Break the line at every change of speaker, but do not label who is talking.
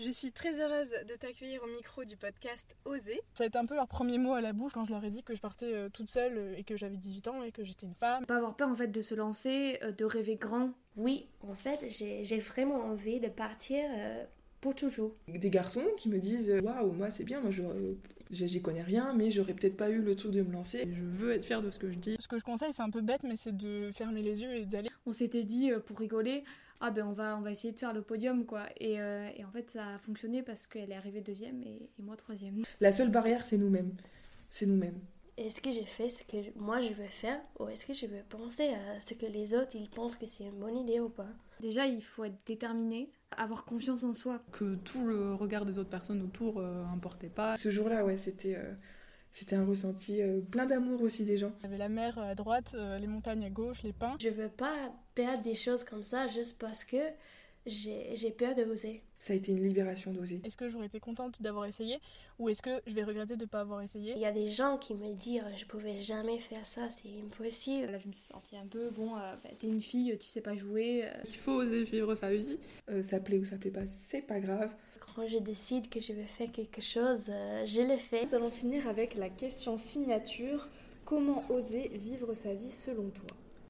Je suis très heureuse de t'accueillir au micro du podcast Oser.
Ça a été un peu leur premier mot à la bouche quand je leur ai dit que je partais euh, toute seule euh, et que j'avais 18 ans et que j'étais une femme.
Pas avoir peur en fait de se lancer, euh, de rêver grand.
Oui, en fait, j'ai j'ai vraiment envie de partir euh, pour toujours.
des garçons qui me disent euh, waouh moi c'est bien moi je je- j'y connais rien mais j'aurais peut-être pas eu le truc de me lancer je veux être fier de ce que je dis
Ce que je conseille, c'est un peu bête, mais c'est de fermer les yeux et d'aller.
On s'était dit euh, pour rigoler, ah ben on va, on va essayer de faire le podium quoi. Et, euh, et en fait ça a fonctionné parce qu'elle est arrivée deuxième et, et moi troisième.
la seule barrière c'est nous-mêmes c'est nous-mêmes
Est-ce que j'ai fait ce que moi je veux faire ou est-ce que je veux penser à ce que les autres ils pensent que c'est une bonne idée ou pas
Déjà il faut être déterminé, avoir confiance en soi.
que tout le regard des autres personnes autour euh, importait pas.
ce jour-là ouais c'était euh, c'était un ressenti euh, plein d'amour aussi des gens
Il y avait la mer à droite, euh, les montagnes à gauche, les pins.
Je veux pas perdre des choses comme ça juste parce que j'ai j'ai peur de oser.
ça a été une libération d'oser
Est-ce que j'aurais été contente d'avoir essayé ou est-ce que je vais regretter de ne pas avoir essayé
Il y a des gens qui me disent Oh, je pouvais jamais faire ça, c'est impossible.
Là je me suis sentie un peu, bon euh, bah, t'es une fille, tu sais pas jouer. euh,
Il faut oser vivre sa vie.
Euh, ça plaît ou ça plaît pas c'est pas grave
Quand je décide que je veux faire quelque chose, euh, je le fais.
Nous allons finir avec la question signature. Comment oser vivre sa vie selon toi